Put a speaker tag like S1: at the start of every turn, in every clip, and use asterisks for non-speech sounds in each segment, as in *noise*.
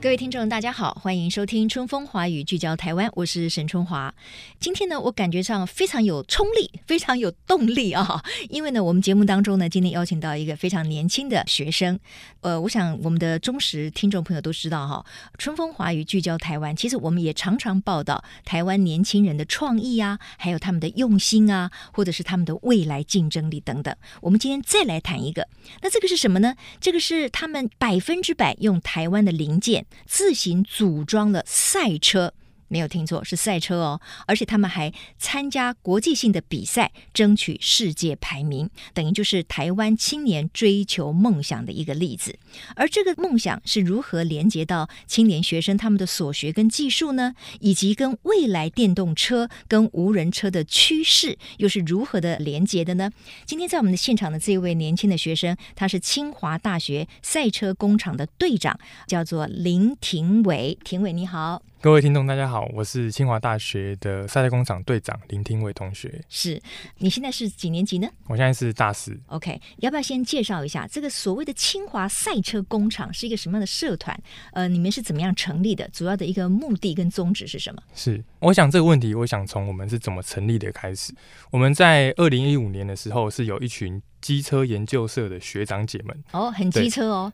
S1: 各位听众，大家好，欢迎收听《春风华语》，聚焦台湾，我是沈春华。今天呢，我感觉上非常有冲力，非常有动力啊、 *laughs* 因为呢，我们节目当中呢，今天邀请到一个非常年轻的学生，呃，我想我们的忠实听众朋友都知道哈，《春风华语》聚焦台湾，其实我们也常常报道台湾年轻人的创意啊，还有他们的用心啊，或者是他们的未来竞争力等等。我们今天再来谈一个，那这个是什么呢？这个是他们百分之百用台湾的零件自行组装了赛车。没有听错，是赛车哦，而且他们还参加国际性的比赛，争取世界排名，等于就是台湾青年追求梦想的一个例子。而这个梦想是如何连接到青年学生他们的所学跟技术呢？以及跟未来电动车跟无人车的趋势又是如何的连接的呢？今天在我们的现场的这一位年轻的学生，他是清华大学赛车工厂的队长，叫做林廷伟。廷伟，你好。
S2: 各位听众，大家好，我是清华大学的赛车工厂队长林廷伟同学，
S1: 是你现在是几年级呢
S2: 我现在是大四。
S1: ？OK，要不要先介绍一下这个所谓的清华赛车工厂是一个什么样的社团？呃，你们是怎么样成立的？主要的一个目的跟宗旨是什么？
S2: 是，我想这个问题，我想从我们是怎么成立的开始。我们在二零一五年的时候，是有一群机车研究社的学长姐
S1: *laughs*
S2: 们，
S1: 哦，很
S2: 对
S1: 机车哦，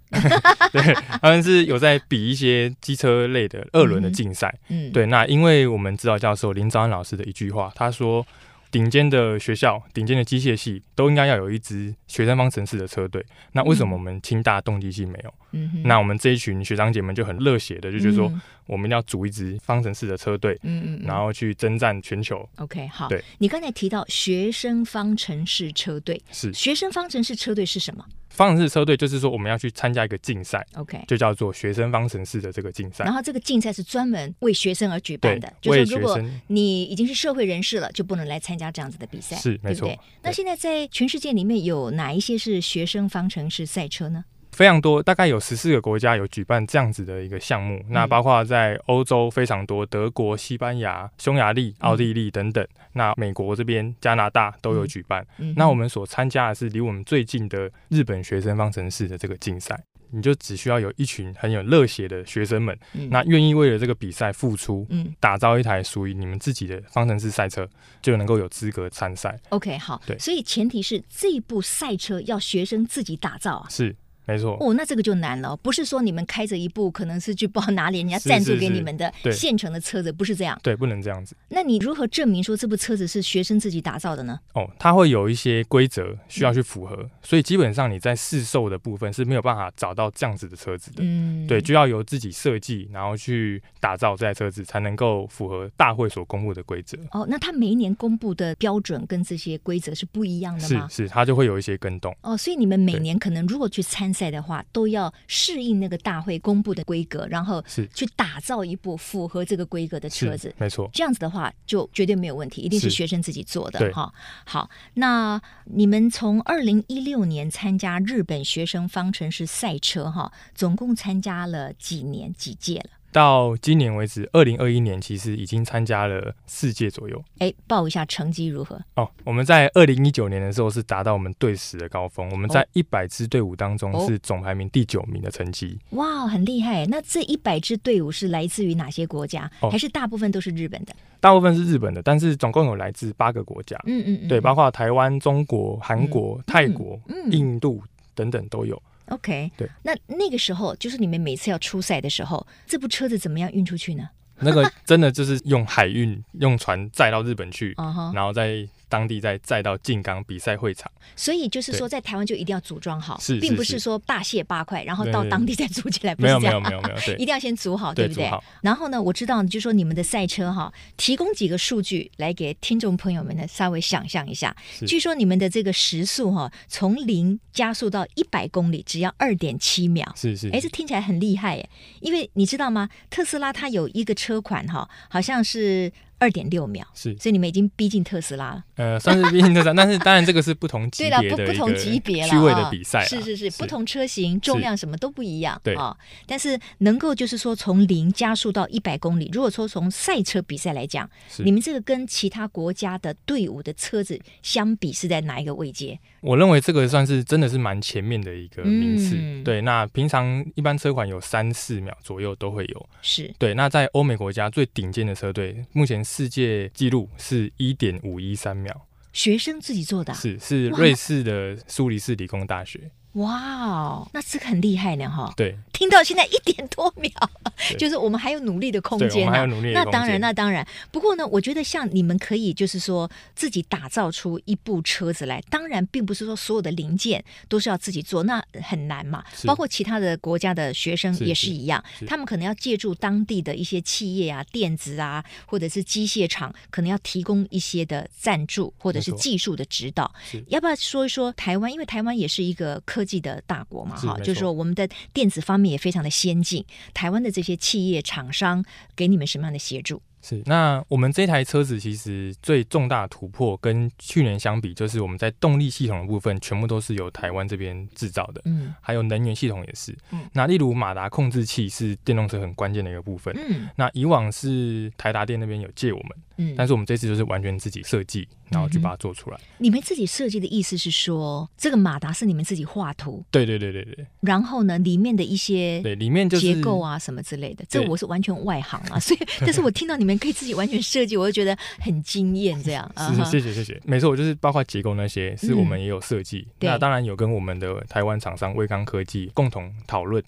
S2: 对，他们是有在比一些机车类的二轮的竞赛。
S1: 嗯，，
S2: 对，那因为我们指导教授林兆安老师的一句话，他说。顶尖的学校、顶尖的机械系都应该要有一支学生方程式的车队。那为什么我们清大动力系没有？
S1: 嗯哼，
S2: 那我们这一群学长姐们就很热血的，就觉得说
S1: 嗯，
S2: 我们一定要组一支方程式的车队，
S1: 嗯嗯，嗯
S2: 然后去征战全球。
S1: OK，好
S2: 对，
S1: 你刚才提到学生方程式车队，
S2: 是
S1: 学生方程式车队是什么
S2: 方程式车队，就是说我们要去参加一个竞赛，
S1: ？OK。
S2: 就叫做学生方程式的这个竞赛
S1: 然。后这个竞赛是专门为学生而举办
S2: 对
S1: 的，，就是
S2: 为
S1: 如
S2: 学
S1: 果
S2: 生
S1: 你已经是社会人士了，就不能来参加这样子的比赛，
S2: 是没
S1: 对不
S2: 错
S1: 对。那现在在全世界里面有哪一些是学生方程式赛车呢？
S2: 非常多，大概有十四个国家有举办这样子的一个项
S1: 嗯
S2: 目。那包括在欧洲非常多，德国、西班牙、匈牙利、奥地利等等。那美国这边、加拿大都有举办。
S1: 嗯哼
S2: 那我们所参加的是离我们最近的日本学生方程式的这个竞赛，你就只需要有一群很有热血的学生们，
S1: 嗯
S2: 那愿意为了这个比赛付出，
S1: 嗯
S2: 打造一台属于你们自己的方程式赛车，就能够有资格参赛。
S1: ，OK，好，
S2: 对
S1: 所以前提是这部赛车要学生自己打造啊。
S2: 是，没错。
S1: 哦，那这个就难了，不是说你们开着一部可能是去不知道哪里人家
S2: 是
S1: 赞助
S2: 是
S1: 给
S2: 是
S1: 你们的
S2: 对
S1: 现成的车子，不是这样。
S2: 对，不能这样子。
S1: 那你如何证明说这部车子是学生自己打造的呢？
S2: 哦，它会有一些规则需要去符合，所以基本上你在试售的部分是没有办法找到这样子的车子的。
S1: 嗯，
S2: 对，就要由自己设计，然后去打造这台车子，才能够符合大会所公布的规则。
S1: 哦，那他每一年公布的标准跟这些规则是不一样的
S2: 是
S1: 吗？
S2: 是，它就会有一些跟动。
S1: 哦，所以你们每
S2: 对
S1: 年可能如果去参赛的话，都要适应那个大会公布的规格，然后
S2: 是
S1: 去打造一部符合这个规格的车子
S2: 是。没错。
S1: 这样子的话，就绝对没有问题，一定是
S2: 是
S1: 学生自己做的
S2: 对
S1: 哈。好，那你们从二零一六年参加日本学生方程式赛车哈，总共参加了几年几届了？
S2: 到今年为止，二零二一年其实已经参加了四届左右。
S1: 哎，报一下成绩如何？
S2: 哦，我们在二零一九年的时候是达到我们队史的高峰，我们在
S1: 哦
S2: 一百支队伍当中
S1: 哦
S2: 是总排名第九名的成绩。
S1: 哇，很厉害！那这一百支队伍是来自于哪些国家？
S2: 哦
S1: 还是大部分都是日本的？
S2: 大部分是日本的，但是总共有来自八个国家，
S1: 嗯嗯嗯，
S2: 对，包括台湾、中国、韩国、泰国、
S1: 嗯
S2: 印度等等都有。
S1: OK，
S2: 对，
S1: 那那个时候就是你们每次要出赛的时候，这部车子怎么样运出去呢？
S2: 那个真的就是用海
S1: *laughs*
S2: 运、用船载到日本去，
S1: 啊哈，
S2: 然后在当地再载到静冈比赛会场。
S1: 所以就是说
S2: 对
S1: 在台湾就一定要组装好，
S2: 是
S1: 并不
S2: 是
S1: 是说大卸八块，然后
S2: 对
S1: 到
S2: 对
S1: 当地再组起来，不
S2: 没
S1: 是
S2: 有
S1: 这
S2: 没有
S1: 样。
S2: 没有没
S1: *laughs*
S2: 有，
S1: 一
S2: 对
S1: 定要先组好，
S2: 对
S1: 不对
S2: 组好？
S1: 然后呢，我知道就说你们的赛车哈，提供几个数据来给听众朋友们呢稍微想象一下。
S2: 是
S1: 据说你们的这个时速哈，从零加速到一百公里只要二点七秒，
S2: 是是
S1: 哎，这听起来很厉害耶！因为你知道吗？特斯拉它有一个车款哈，好像是。二点六秒，
S2: 是
S1: 所以你们已经逼近特斯拉了。
S2: 呃，算是毕竟特斯拉，但是 *laughs* 当然这个是不同级
S1: 对
S2: 别
S1: 啦，
S2: 的
S1: 不不
S2: 一
S1: 同
S2: 个
S1: 级别了，
S2: 趣味的
S1: 啊
S2: 比赛啦，
S1: 是是是，不同车型、重量什么都不一样，
S2: 对
S1: 啊。但是能够就是说从零加速到一百公里，如果说从赛车比赛来讲，
S2: 是
S1: 你们这个跟其他国家的队伍的车子相比是在哪一个位阶？
S2: 我认为这个算是真的是蛮前面的一个名次。
S1: 嗯
S2: 对，那平常一般车款有三四秒左右都会有。
S1: 是
S2: 对，那在欧美国家最顶尖的车队，目前世界纪录是一点五一三秒，
S1: 学生自己做的啊、
S2: 是是
S1: 哇
S2: 瑞士的苏黎世理工大学。
S1: 哇哦，那这个很厉害呢哈！
S2: 对，
S1: 听到现在一点多秒，
S2: 对
S1: 就是我们还有努力的空
S2: 对，我
S1: 间、
S2: 们还有
S1: 啊。
S2: 努力的
S1: 那
S2: 空
S1: 当然，
S2: 间
S1: 那当然。不过呢，我觉得像你们可以就是说自己打造出一部车子来，当然并不是说所有的零件都是要自己做，那很难嘛。
S2: 是
S1: 包括其他的国家的学生
S2: 是
S1: 也是一样，
S2: 是
S1: 他们可能要借助当地的一些企业啊、电子啊，或者是机械厂，可能要提供一些的赞助或者是
S2: 没错
S1: 技术的指导
S2: 是。
S1: 要不要说一说台湾？因为台湾也是一个科技的大国嘛，
S2: 是
S1: 哈，
S2: 没
S1: 就是
S2: 错
S1: 说我们的电子方面也非常的先进。台湾的这些企业厂商给你们什么样的协助？
S2: 是，那我们这台车子其实最重大的突破跟去年相比，就是我们在动力系统的部分，全部都是由台湾这边制造的，
S1: 嗯
S2: 还有能源系统也是。
S1: 嗯
S2: 那例如马达控制器是电动车很关键的一个部分。
S1: 嗯
S2: 那以往是台达电那边有借我们，
S1: 嗯。
S2: 但是我们这次就是完全自己设计，然后去把它做出来。
S1: 你们自己设计的意思是说，这个马达是你们自己画图，
S2: 对对对对对
S1: 然后呢，里面的一些
S2: 对，里面就是
S1: 哎结构啊什么之类的，这
S2: 对
S1: 我是完全外行
S2: *laughs*
S1: 啊，所以但是我听到你们可以自己完全设计，我就觉得很惊艳。这样啊
S2: *laughs* 是，
S1: 哈
S2: 谢谢谢谢，没错，就是包括结构那些，是我们也有设计。
S1: 嗯对
S2: 那当然有跟我们的台湾厂商威刚科技共同讨论、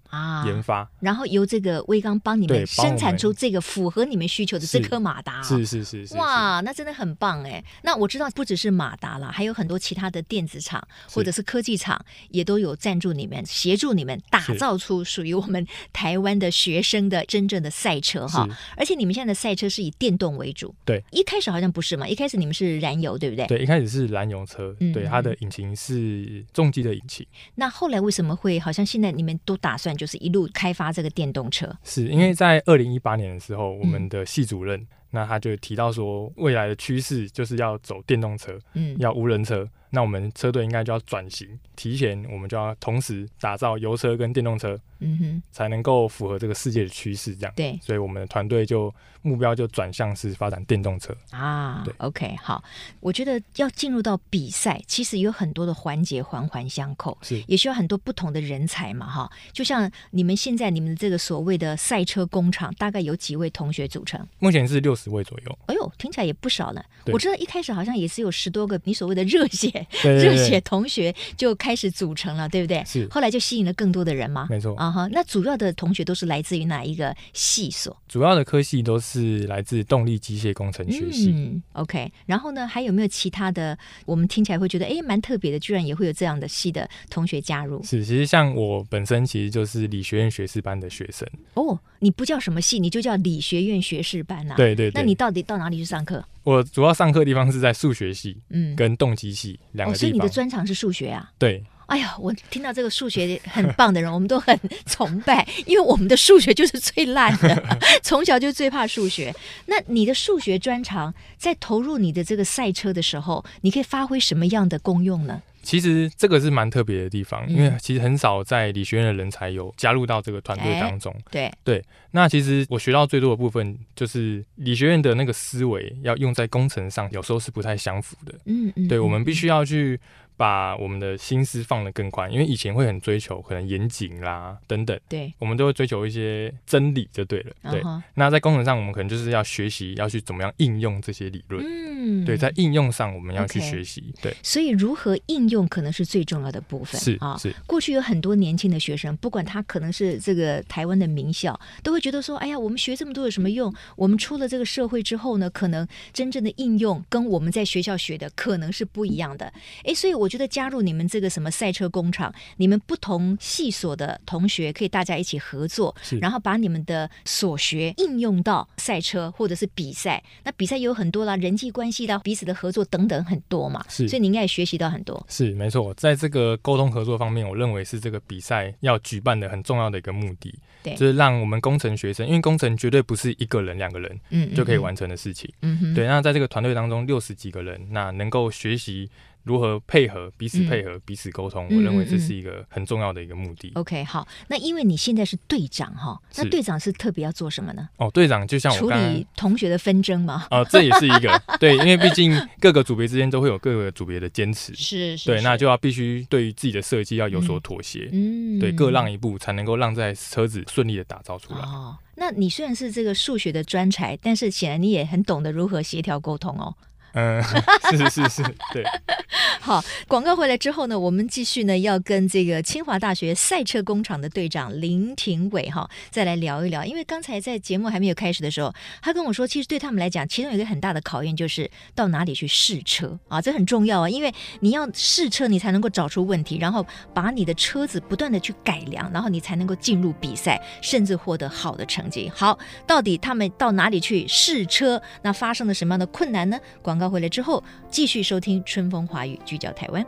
S2: 研
S1: 啊，
S2: 发。
S1: 然后由这个威刚帮你
S2: 对
S1: 们
S2: 帮我
S1: 生
S2: 们
S1: 产出这个符合你们需求的这
S2: 是
S1: 颗马达，啊
S2: 是是是是，是，
S1: 哇，那真的很棒哎！那我知道不只是马达啦，还有很多其他的电子厂
S2: 是
S1: 或者是科技厂也都有赞助你们，协助你们打
S2: 是
S1: 造出属于我们 *laughs* 台湾的学生的真正的赛车哈
S2: 是。
S1: 而且你们现在的赛车是以电动为主，
S2: 对，
S1: 一开始好像不是嘛，一开始你们是燃油，对不对？
S2: 对，一开始是燃油车，
S1: 嗯
S2: 对，它的引擎是重机的引擎，
S1: 那后来为什么会好像现在你们都打算就是一路开发这个电动车？
S2: 是因为在二零一八年的时候，我
S1: 嗯
S2: 们的系主任。那他就提到说，未来的趋势就是要走电动车，
S1: 嗯，
S2: 要无人车，那我们车队应该就要转型，提前我们就要同时打造油车跟电动车，
S1: 嗯哼，
S2: 才能够符合这个世界的趋势。这样，
S1: 对
S2: 所以我们的团队就目标就转向是发展电动车。
S1: 啊
S2: 对
S1: ，OK，好，我觉得要进入到比赛，其实有很多的环节环环相扣，
S2: 是
S1: 也需要很多不同的人才嘛，哈。就像你们现在你们这个所谓的赛车工厂，大概有几位同学组成？
S2: 目前是六十位左
S1: *laughs*
S2: 右，
S1: 哎呦，听起来也不少呢。
S2: 对
S1: 我知道一开始好像也是有十多个你所谓的热血
S2: *laughs* 对对
S1: 热
S2: 对
S1: 血同学就开始组成了，对不对？
S2: 是
S1: 后来就吸引了更多的人嘛。
S2: 没错
S1: 啊哈，那主要的同学都是来自于哪一个系所？
S2: 主要的科系都是来自动力机械工程学系。
S1: 嗯，OK。然后呢，还有没有其他的？我们听起来会觉得，哎，蛮特别的，居然也会有这样的系的同学加入
S2: 是，其实像我本身其实就是理学院学士班的学生。
S1: 哦。你不叫什么系，你就叫理学院学士班呐、，啊
S2: 对对
S1: 那
S2: 对，
S1: 你到底到哪里去上课？
S2: 我主要上课的地方是在数学系
S1: 嗯，
S2: 跟动机系两
S1: 哦，
S2: 个
S1: 所以
S2: 地
S1: 你
S2: 方。
S1: 的专长是数学啊。
S2: 对，
S1: 哎呀，我听到这个数学很棒的人，我们都很崇拜，因为我们的数学就是最烂
S2: *laughs*
S1: 的，从小就最怕数学。那你的数学专长在投入你的这个赛车的时候，你可以发挥什么样的功用呢？
S2: 其实这个是蛮特别的地方，
S1: 嗯
S2: 因为其实很少在理学院的人才有加入到这个团
S1: 哎
S2: 队当中。
S1: 对，
S2: 那其实我学到最多的部分就是理学院的那个思维要用在工程上，有时候是不太相符的。
S1: 嗯嗯，
S2: 对，
S1: 嗯
S2: 我们必须要去把我们的心思放得更宽，因为以前会很追求可能严谨啦等等，
S1: 对，
S2: 我们都会追求一些真理就对了。对
S1: 嗯，哼
S2: 那在工程上，我们可能就是要学习要去怎么样应用这些理论。
S1: 嗯，
S2: 对，在应用上我们要去
S1: OK
S2: 学习。对，
S1: 所以如何应用可能是最重要的部分
S2: 是
S1: 啊。
S2: 是，
S1: 过去有很多年轻的学生，不管他可能是这个台湾的名校，都会觉得说：“哎呀，我们学这么多有什么用？我们出了这个社会之后呢，可能真正的应用跟我们在学校学的可能是不一样的。”哎，所以我觉得加入你们这个什么赛车工厂，你们不同系所的同学可以大家一起合作，
S2: 是
S1: 然后把你们的所学应用到赛车或者是比赛。那比赛也有很多啦，人际关系到彼此的合作等等很多嘛，
S2: 是
S1: 所以你应该也学习到很多。
S2: 是没错，在这个沟通合作方面，我认为是这个比赛要举办的很重要的一个目的，
S1: 对
S2: 就是让我们工程学生，因为工程绝对不是一个人、两个人
S1: 嗯，
S2: 就可以
S1: 嗯
S2: 完成的事情。
S1: 嗯哼，
S2: 对，那在这个团队当中，六十几个人，那能够学习如何配合、彼此配合、彼此沟通，
S1: 嗯
S2: 我认为
S1: 嗯
S2: 这
S1: 嗯
S2: 是一个很重要的一个目的。
S1: OK，好，那因为你现在是队长哈，那
S2: 是
S1: 队长是特别要做什么呢？
S2: 哦，队长，就像我
S1: 处
S2: 刚刚
S1: 理同学的纷争 *laughs* 嘛？
S2: 呃，这也是一个对，因为毕竟各个组别之间都会有各个组别的坚持，
S1: 是是
S2: 对，那就要必须对于自己的设计要有所妥协，
S1: 嗯
S2: 对，各让一步才能够让在车子顺利的打造出来。
S1: 哦。那你虽然是这个数学的专才，但是显然你也很懂得如何协调沟通哦。
S2: 嗯， *laughs* 是是是是，对，
S1: *laughs* 好，广告回来之后呢，我们继续呢要跟这个清华大学赛车工厂的队长林廷伟哈再来聊一聊，因为刚才在节目还没有开始的时候，他跟我说，其实对他们来讲，其中有一个很大的考验就是到哪里去试车啊，这很重要啊，因为你要试车，你才能够找出问题，然后把你的车子不断的去改良，然后你才能够进入比赛，甚至获得好的成绩。好，到底他们到哪里去试车？那发生了什么样的困难呢？广告回来之后，继续收听《春风华语》，聚焦台湾。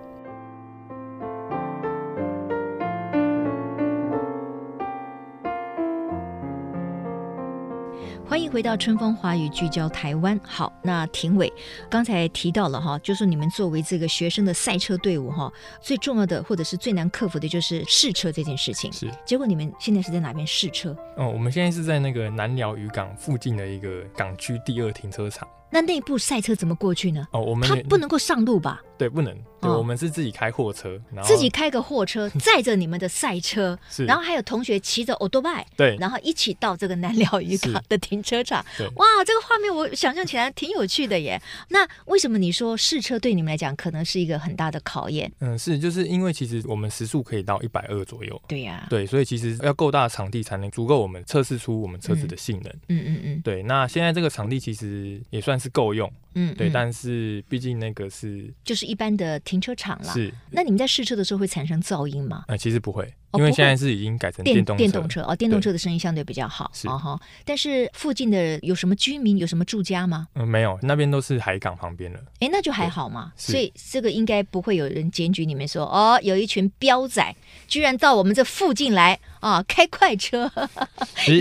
S1: 欢迎回到《春风华语》，聚焦台湾。好，那廷伟刚才提到了哈，就是你们作为这个学生的赛车队伍哈，最重要的或者是最难克服的就是试车这件事情。
S2: 是。
S1: 结果你们现在是在哪边试车？
S2: 哦，我们现在是在那个南寮渔港附近的一个港区第二停车场。
S1: 那内部赛车怎么过去呢？
S2: 哦，我们
S1: 他
S2: 也
S1: 不能够上路吧？
S2: 对不能，对，
S1: 哦
S2: 我们是自己开货车，然后
S1: 自己开个货
S2: *laughs*
S1: 车载着你们的赛车，
S2: 是，
S1: 然后还有同学骑着 o d o b i
S2: 对
S1: 然后一起到这个南寮渔港
S2: 是
S1: 的停车场
S2: 对。
S1: 哇，这个画面我想象起来挺有趣的耶。那为什么你说试车对你们来讲可能是一个很大的考验？
S2: 嗯，是，就是因为其实我们时速可以到一百二左右，
S1: 对呀、
S2: 对，所以其实要够大的场地才能足够我们测试出我们车子的性能。
S1: 嗯嗯嗯
S2: 对，那现在这个场地其实也算是够用，
S1: 嗯，
S2: 对，
S1: 嗯
S2: 但是毕竟那个是
S1: 就是一般的停车场啦。
S2: 是，
S1: 那你们在试车的时候会产生噪音吗？
S2: 呃，其实不会，
S1: 哦
S2: 因为
S1: 不
S2: 现
S1: 会
S2: 在是已经改成
S1: 电
S2: 嗯动
S1: 电
S2: 车
S1: 动车哦，电动车的声音相对比较好
S2: 是
S1: 哦哈。但是附近的有什么居民有什么住家吗？
S2: 嗯，没有，那边都是海港旁边了，
S1: 诶，哎那就还好嘛。
S2: 是
S1: 所以这个应该不会有人检举你们说哦，有一群彪仔居然到我们这附近来啊， *laughs* 开快车，
S2: 其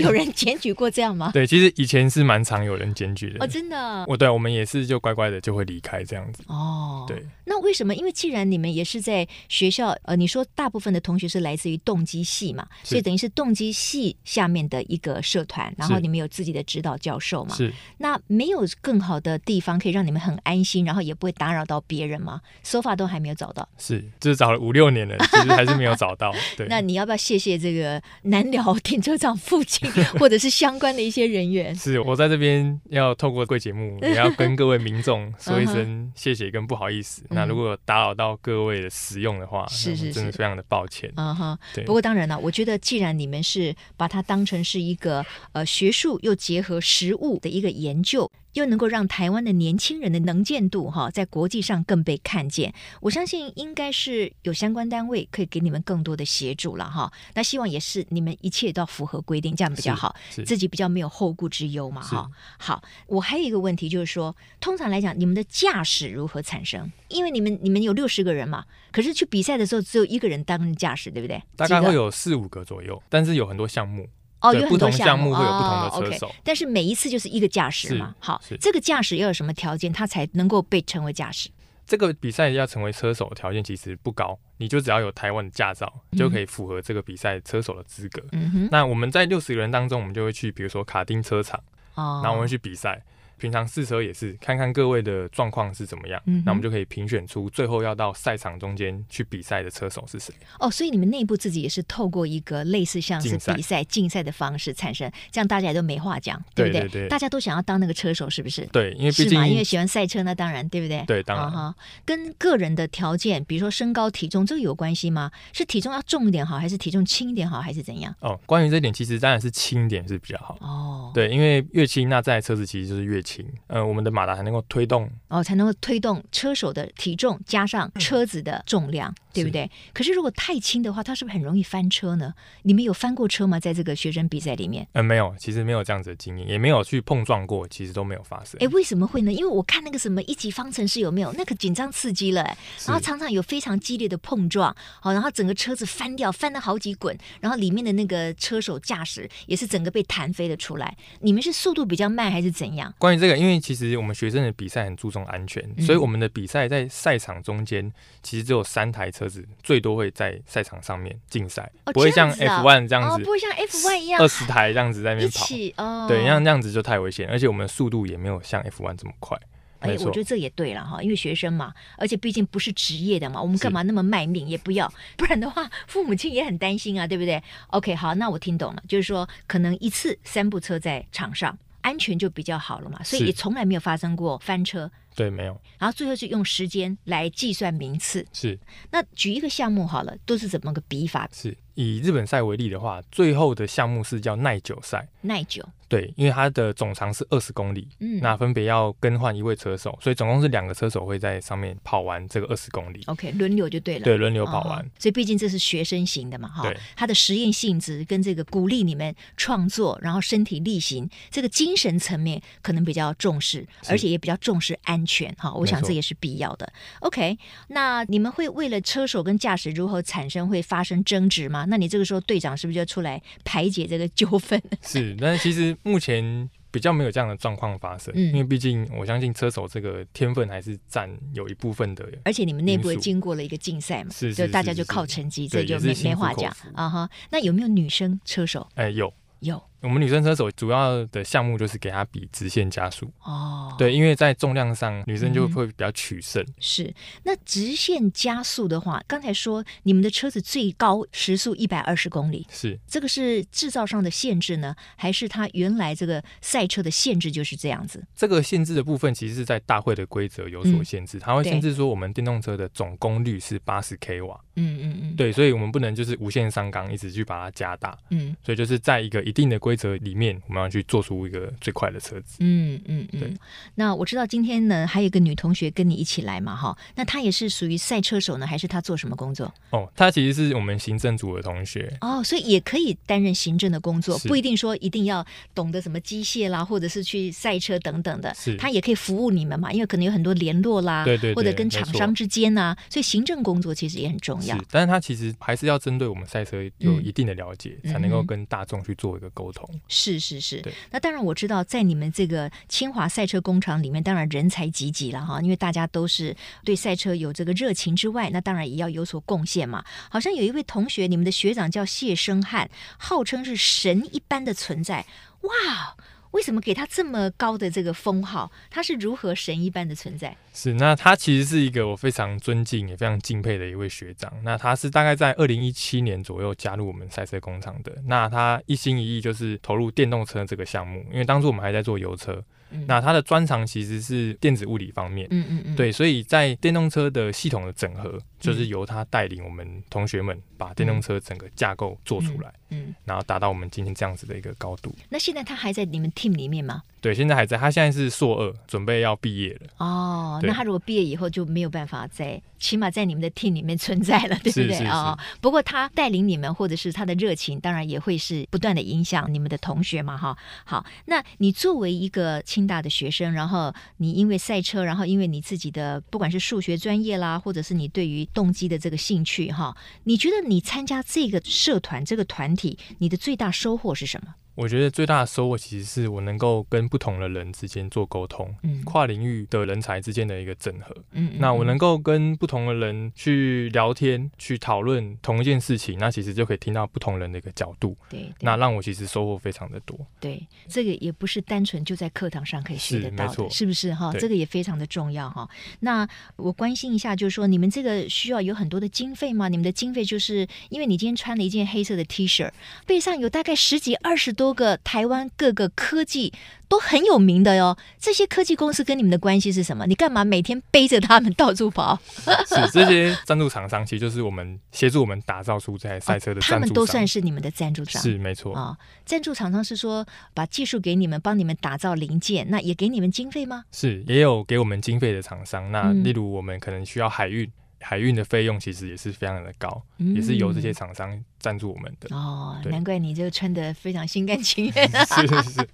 S1: *laughs* 有
S2: 实
S1: 人检举过这样吗？
S2: 对，其实以前是蛮常有人检举
S1: 哦，
S2: 的，
S1: 真的
S2: 我对我们也是就乖乖的就会离开这样子，
S1: 哦。
S2: 对。
S1: 那为什么？因为既然你们也是在学校，呃，你说大部分的同学是来自于动机系嘛，
S2: 是
S1: 所以等于是动机系下面的一个社团，然后
S2: 是
S1: 你们有自己的指导教授嘛，
S2: 是。
S1: 那没有更好的地方可以让你们很安心，然后也不会打扰到别人吗？手法都还没有找到，
S2: 是，就是找了五六年了，
S1: *laughs*
S2: 其实还是没有找到。对，
S1: 那你要不要谢谢这个南寮停车场附
S2: *laughs*
S1: 近或者是相关的一些人员？
S2: 是我在这边要透过贵
S1: *laughs*
S2: 节目，也要跟各位民众说一
S1: 嗯
S2: 声谢谢跟不好意思。那如果有打扰到各位的使用的话，
S1: 是
S2: 那
S1: 是
S2: 我真的
S1: 是
S2: 非常的抱歉。
S1: 啊哈、
S2: 对
S1: 不过当然了，我觉得既然你们是把它当成是一个呃学术又结合实务的一个研究，又能够让台湾的年轻人的能见度哈、在国际上更被看见，我相信应该是有相关单位可以给你们更多的协助了哈。那希望也是你们一切都要符合规定，这样比较
S2: 是
S1: 好。
S2: 是
S1: 自己比较没有后顾之忧嘛，
S2: 是
S1: 哈。好，我还有一个问题就是说，通常来讲，你们的驾驶如何产生？因为你们你们有六十个人嘛，可是去比赛的时候只有一个人担驾驶，对不对？
S2: 大概
S1: 几个
S2: 会有四五个左右，但是有很多项目，
S1: 哦，
S2: 对
S1: 有很
S2: 不
S1: 多
S2: 同项目会有不
S1: 哦
S2: 同的车
S1: OK
S2: 手
S1: 但是每一次就是一个驾驶嘛。好
S2: 是，
S1: 这个驾驶要有什么条件，他才能够被称为驾驶？
S2: 这个比赛要成为车手的条件其实不高，你就只要有台湾的驾照，就可以符合这个比赛车手的资格。
S1: 嗯哼，
S2: 那我们在六十个人当中，我们就会去，比如说卡丁车场，
S1: 哦，
S2: 然后我们会去比赛。平常试车也是看看各位的状况是怎么样，
S1: 嗯哼
S2: 那我们就可以评选出最后要到赛场中间去比赛的车手是谁。
S1: 哦，所以你们内部自己也是透过一个类似像是
S2: 竞赛
S1: 比赛竞赛的方式产生，这样大家也都没话讲，不
S2: 对对对
S1: 大家都想要当那个车手，是不是？
S2: 对，因为毕
S1: 是
S2: 竟
S1: 嘛？因为喜欢赛车，那当然，对不对？
S2: 对当然
S1: 啊哈、跟个人的条件，比如说身高、体重，这个有关系吗？是体重要重一点好，还是体重轻一点好，还是怎样？
S2: 哦，关于这点，其实当然是轻一点是比较好。
S1: 哦，
S2: 对，因为越轻，那这台车子其实就是越情，呃，我们的马达才能够推动。
S1: 哦，才能够推动车手的体重加上车子的重量，对不对？可是如果太轻的话，它是不是很容易翻车呢？你们有翻过车吗？在这个学生比赛里面？
S2: 呃，没有，其实没有这样子的经验，也没有去碰撞过，其实都没有发生。
S1: 哎，为什么会呢？因为我看那个什么一级方程式有没有那个紧张刺激了、哎
S2: 是
S1: 然后常常有非常激烈的碰撞，好、然后整个车子翻掉，翻了好几滚，然后里面的那个车手驾驶也是整个被弹飞了出来。你们是速度比较慢还是怎样？
S2: 关于这个，因为其实我们学生的比赛很注重安全，
S1: 嗯
S2: 所以我们的比赛在赛场中间其实只有三台车子，最多会在赛场上面竞赛，
S1: 哦
S2: 不会像
S1: 这样
S2: F1 这
S1: 哦，
S2: 样子
S1: 不会像 F1 一样
S2: 二十台这样子在那
S1: 一
S2: 边跑。
S1: 起哦，
S2: 对，像这样子就太危险，而且我们的速度也没有像 F1 这么快。
S1: 哎
S2: 没，
S1: 我
S2: 错
S1: 觉，得这也对了哈，因为学生嘛，而且毕竟不是职业的嘛，我们干嘛那么卖命？也不要，不然的话，父母亲也很担心啊，对不对？OK，好，那我听懂了，就是说可能一次三部车在场上，安全就比较好了嘛，所以
S2: 是
S1: 也从来没有发生过翻车。
S2: 对，没有，
S1: 然后最后是用时间来计算名次。
S2: 是
S1: 那举一个项目好了，都是怎么个比法？
S2: 是。以日本赛为例的话，最后的项目是叫耐久赛，
S1: 耐久，
S2: 对，因为它的总长是二十公里，
S1: 嗯，
S2: 那分别要更换一位车手，所以总共是两个车手会在上面跑完这个二十公里，
S1: OK 轮流就对了。
S2: 对，轮流跑
S1: 哦
S2: 完。
S1: 所以毕竟这是学生型的嘛，哈
S2: 对，
S1: 它的实验性质跟这个鼓励你们创作，然后身体力行，这个精神层面可能比较重视，
S2: 是
S1: 而且也比较重视安全，哈，我想
S2: 没错
S1: 这也是必要的。OK，那你们会为了车手跟驾驶如何产生会发生争执吗？那你这个时候队长是不是就要出来排解这个纠纷？
S2: *laughs*
S1: *laughs*
S2: 是，但是其实目前比较没有这样的状况发生，
S1: 嗯
S2: 因为毕竟我相信车手这个天分还是占有一部分的。
S1: 而且你们内部也
S2: 因素
S1: 经过了一个竞赛嘛，
S2: 是是
S1: 就大家
S2: 是
S1: 就是靠成绩，这
S2: 对
S1: 就
S2: 也是
S1: 没
S2: 心
S1: 没
S2: 服
S1: 话
S2: 口
S1: 讲
S2: 服
S1: 啊哈。那有没有女生车手？
S2: 哎、有
S1: 有
S2: 我们女生车手主要的项目就是给她比直线加速，
S1: 哦，
S2: 对，因为在重量上女生就
S1: 嗯哼
S2: 会比较取胜，
S1: 是，那直线加速的话，刚才说你们的车子最高时速一百二十公里，
S2: 是。
S1: 这个是制造上的限制呢，还是它原来这个赛车的限制就是这样子？
S2: 这个限制的部分，其实是在大会的规则有所限制，它会
S1: 嗯对
S2: 限制说我们电动车的总功率是八十 k 瓦，
S1: 嗯嗯嗯，，
S2: 对，所以我们不能就是无限上纲，一直去把它加大，
S1: 嗯
S2: 所以就是在一个一定的规则里面，我们要去做出一个最快的车子。
S1: 嗯嗯嗯
S2: 对。
S1: 那我知道今天呢，还有一个女同学跟你一起来嘛，哈，那她也是属于赛车手呢，还是她做什么工作？
S2: 哦，他其实是我们行政组的同学，
S1: 哦，所以也可以担任行政的工作，
S2: 是
S1: 不一定说一定要懂得什么机械啦，或者是去赛车等等的
S2: 是，
S1: 他也可以服务你们嘛，因为可能有很多联络啦，
S2: 对对对
S1: 或者跟厂商之间呐、所以行政工作其实也很重
S2: 是
S1: 要。，
S2: 但是他其实还是要针对我们赛车有一定的了解，
S1: 嗯
S2: 才能够
S1: 嗯哼
S2: 跟大众去做一个沟通。
S1: 是是是
S2: 对。
S1: 那当然我知道，在你们这个清华赛车工厂里面，当然人才济济了哈，因为大家都是对赛车有这个热情之外，那当然也要有所贡献嘛。好像有一位同学，你们的学长叫谢生汉，号称是神一般的存在，哇！为什么给他这么高的这个封号？他是如何神一般的存在？
S2: 是，那他其实是一个我非常尊敬也非常敬佩的一位学长。那他是大概在二零一七年左右加入我们赛车工厂的。那他一心一意就是投入电动车这个项目，因为当初我们还在做油车。
S1: 嗯
S2: 那他的专长其实是电子物理方面。
S1: 嗯嗯嗯，，
S2: 对，所以在电动车的系统的整合，就是
S1: 嗯
S2: 由他带领我们同学们把电动车整个架构做出来，
S1: 嗯。
S2: 然后达到我们今天这样子的一个高度。
S1: 那现在他还在你们 team 里面吗？
S2: 对，现在还在，他现在是硕二，准备要毕业了。
S1: 哦，
S2: 对
S1: 那他如果毕业以后就没有办法在，起码在你们的 team 里面存在了，对不对
S2: 是是
S1: 啊、哦？不过他带领你们，或者是他的热情，当然也会是不断的影响你们的同学嘛，哈。好，那你作为一个清大的学生，然后你因为赛车，然后因为你自己的不管是数学专业啦，或者是你对于动机的这个兴趣哈，你觉得你参加这个社团这个团体，你的最大收获是什么？
S2: 我觉得最大的收获其实是我能够跟不同的人之间做沟通，
S1: 嗯
S2: 跨领域的人才之间的一个整合。
S1: 嗯，
S2: 那我
S1: 嗯
S2: 能够跟不同的人去聊天，去讨论同一件事情，那其实就可以听到不同人的一个角度，
S1: 对对
S2: 那让我其实收获非常的多。 *laughs*
S1: 对，这个也不是单纯就在课堂上可以学得
S2: 是
S1: 到的，
S2: 没错
S1: 是不是哈？
S2: 对
S1: 这个也非常的重要哈。那我关心一下，就是说你们这个需要有很多的经费吗？你们的经费就是因为你今天穿了一件黑色的 T 恤，背上有大概十几、二十多多个台湾各个科技都很有名的哟。这些科技公司跟你们的关系是什么？你干嘛每天背着他们到处跑？
S2: 是这些赞助厂商，其实就是我们协助我们打造出这台赛车的
S1: 哦他
S2: 赞助商，
S1: 们都算是你们的赞助商。
S2: 是没错。
S1: 啊、赞助厂商是说把技术给你们，帮你们打造零件，那也给你们经费吗？
S2: 是也有给我们经费的厂商，那
S1: 嗯
S2: 例如我们可能需要海运，海运的费用其实也是非常的高，
S1: 嗯
S2: 也是由这些厂商赞助我们的。
S1: 哦，
S2: 对嗯
S1: 难怪你就穿的非常心甘情
S2: *laughs*
S1: 愿。
S2: 是是是，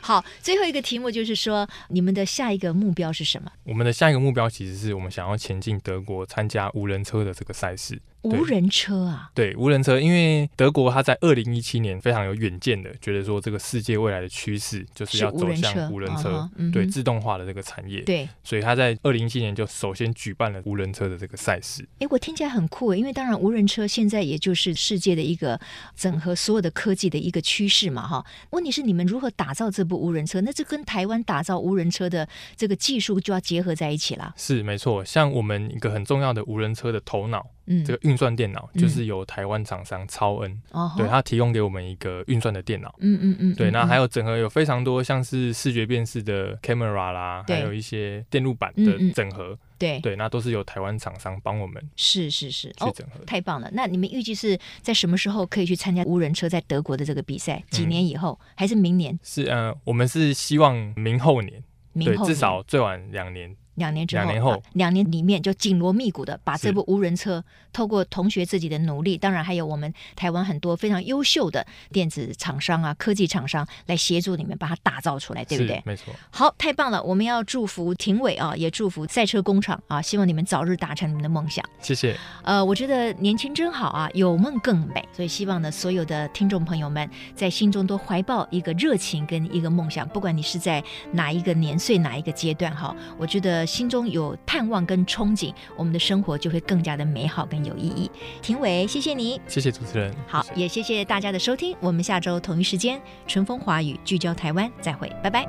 S1: 好，最后一个题目就是说，你们的下一个目标是什么？
S2: 我们的下一个目标其实是我们想要前进德国参加无人车的这个赛事。对
S1: 无人车啊，
S2: 对无人车，因为德国它在二零一七年非常有远见的，觉得说这个世界未来的趋势就是
S1: 是
S2: 要
S1: 无
S2: 走
S1: 人车，
S2: 向无人车，
S1: 啊哈嗯哼
S2: 对自动化的这个产业。
S1: 对，
S2: 所以他在二零一七年就首先举办了无人车的这个赛事。
S1: 诶，我听起来很酷诶，因为当然无人车现在也就是世界的一个整合所有的科技的一个趋势嘛，哈。问题是你们如何打造这部无人车？那这跟台湾打造无人车的这个技术就要结合在一起啦。
S2: 是没错，像我们一个很重要的无人车的头脑，
S1: 嗯，
S2: 这个运算电脑
S1: 嗯
S2: 就是由台湾厂商超恩，
S1: 哦吼，
S2: 对它提供给我们一个运算的电脑。
S1: 嗯嗯嗯，
S2: 对，
S1: 嗯
S2: 那
S1: 嗯
S2: 还有整合有非常多像是视觉辨识的 camera 啦，
S1: 对
S2: 还有一些电路板
S1: 嗯嗯
S2: 的整合，
S1: 对
S2: 对，那都是由台湾厂商帮我们
S1: 是是是，
S2: 去
S1: 哦，
S2: 整合的。
S1: 太棒了。那你们预计是在什么时候可以去参加无人车在德国的这个比赛？几
S2: 嗯
S1: 年以后，还是明年？
S2: 是呃，我们是希望明后年，
S1: 明
S2: 对
S1: 后，
S2: 至
S1: 年
S2: 少最晚两年。
S1: 两年之后，
S2: 两年后
S1: 啊两年里面就紧锣密鼓的把
S2: 是
S1: 这部无人车，透过同学自己的努力，当然还有我们台湾很多非常优秀的电子厂商啊、科技厂商来协助你们把它打造出来，对不
S2: 是
S1: 对？
S2: 没错，
S1: 好，太棒了！我们要祝福廷伟啊，也祝福赛车工厂啊，希望你们早日达成你们的梦想。
S2: 谢谢，
S1: 呃，我觉得年轻真好啊，有梦更美。所以希望呢，所有的听众朋友们在心中都怀抱一个热情跟一个梦想，不管你是在哪一个年岁、哪一个阶段哈，我觉得心中有盼望跟憧憬，我们的生活就会更加的美好跟有意义。庭伟，谢谢你。
S2: 谢谢主持人。
S1: 好
S2: 谢，谢
S1: 也谢谢大家的收听。我们下周同一时间，春风华语聚焦台湾，再会，拜拜。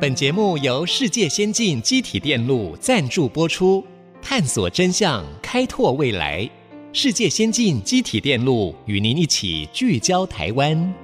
S3: 本节目由世界先进机体电路赞助播出，探索真相，开拓未来。世界先进机体电路与您一起聚焦台湾。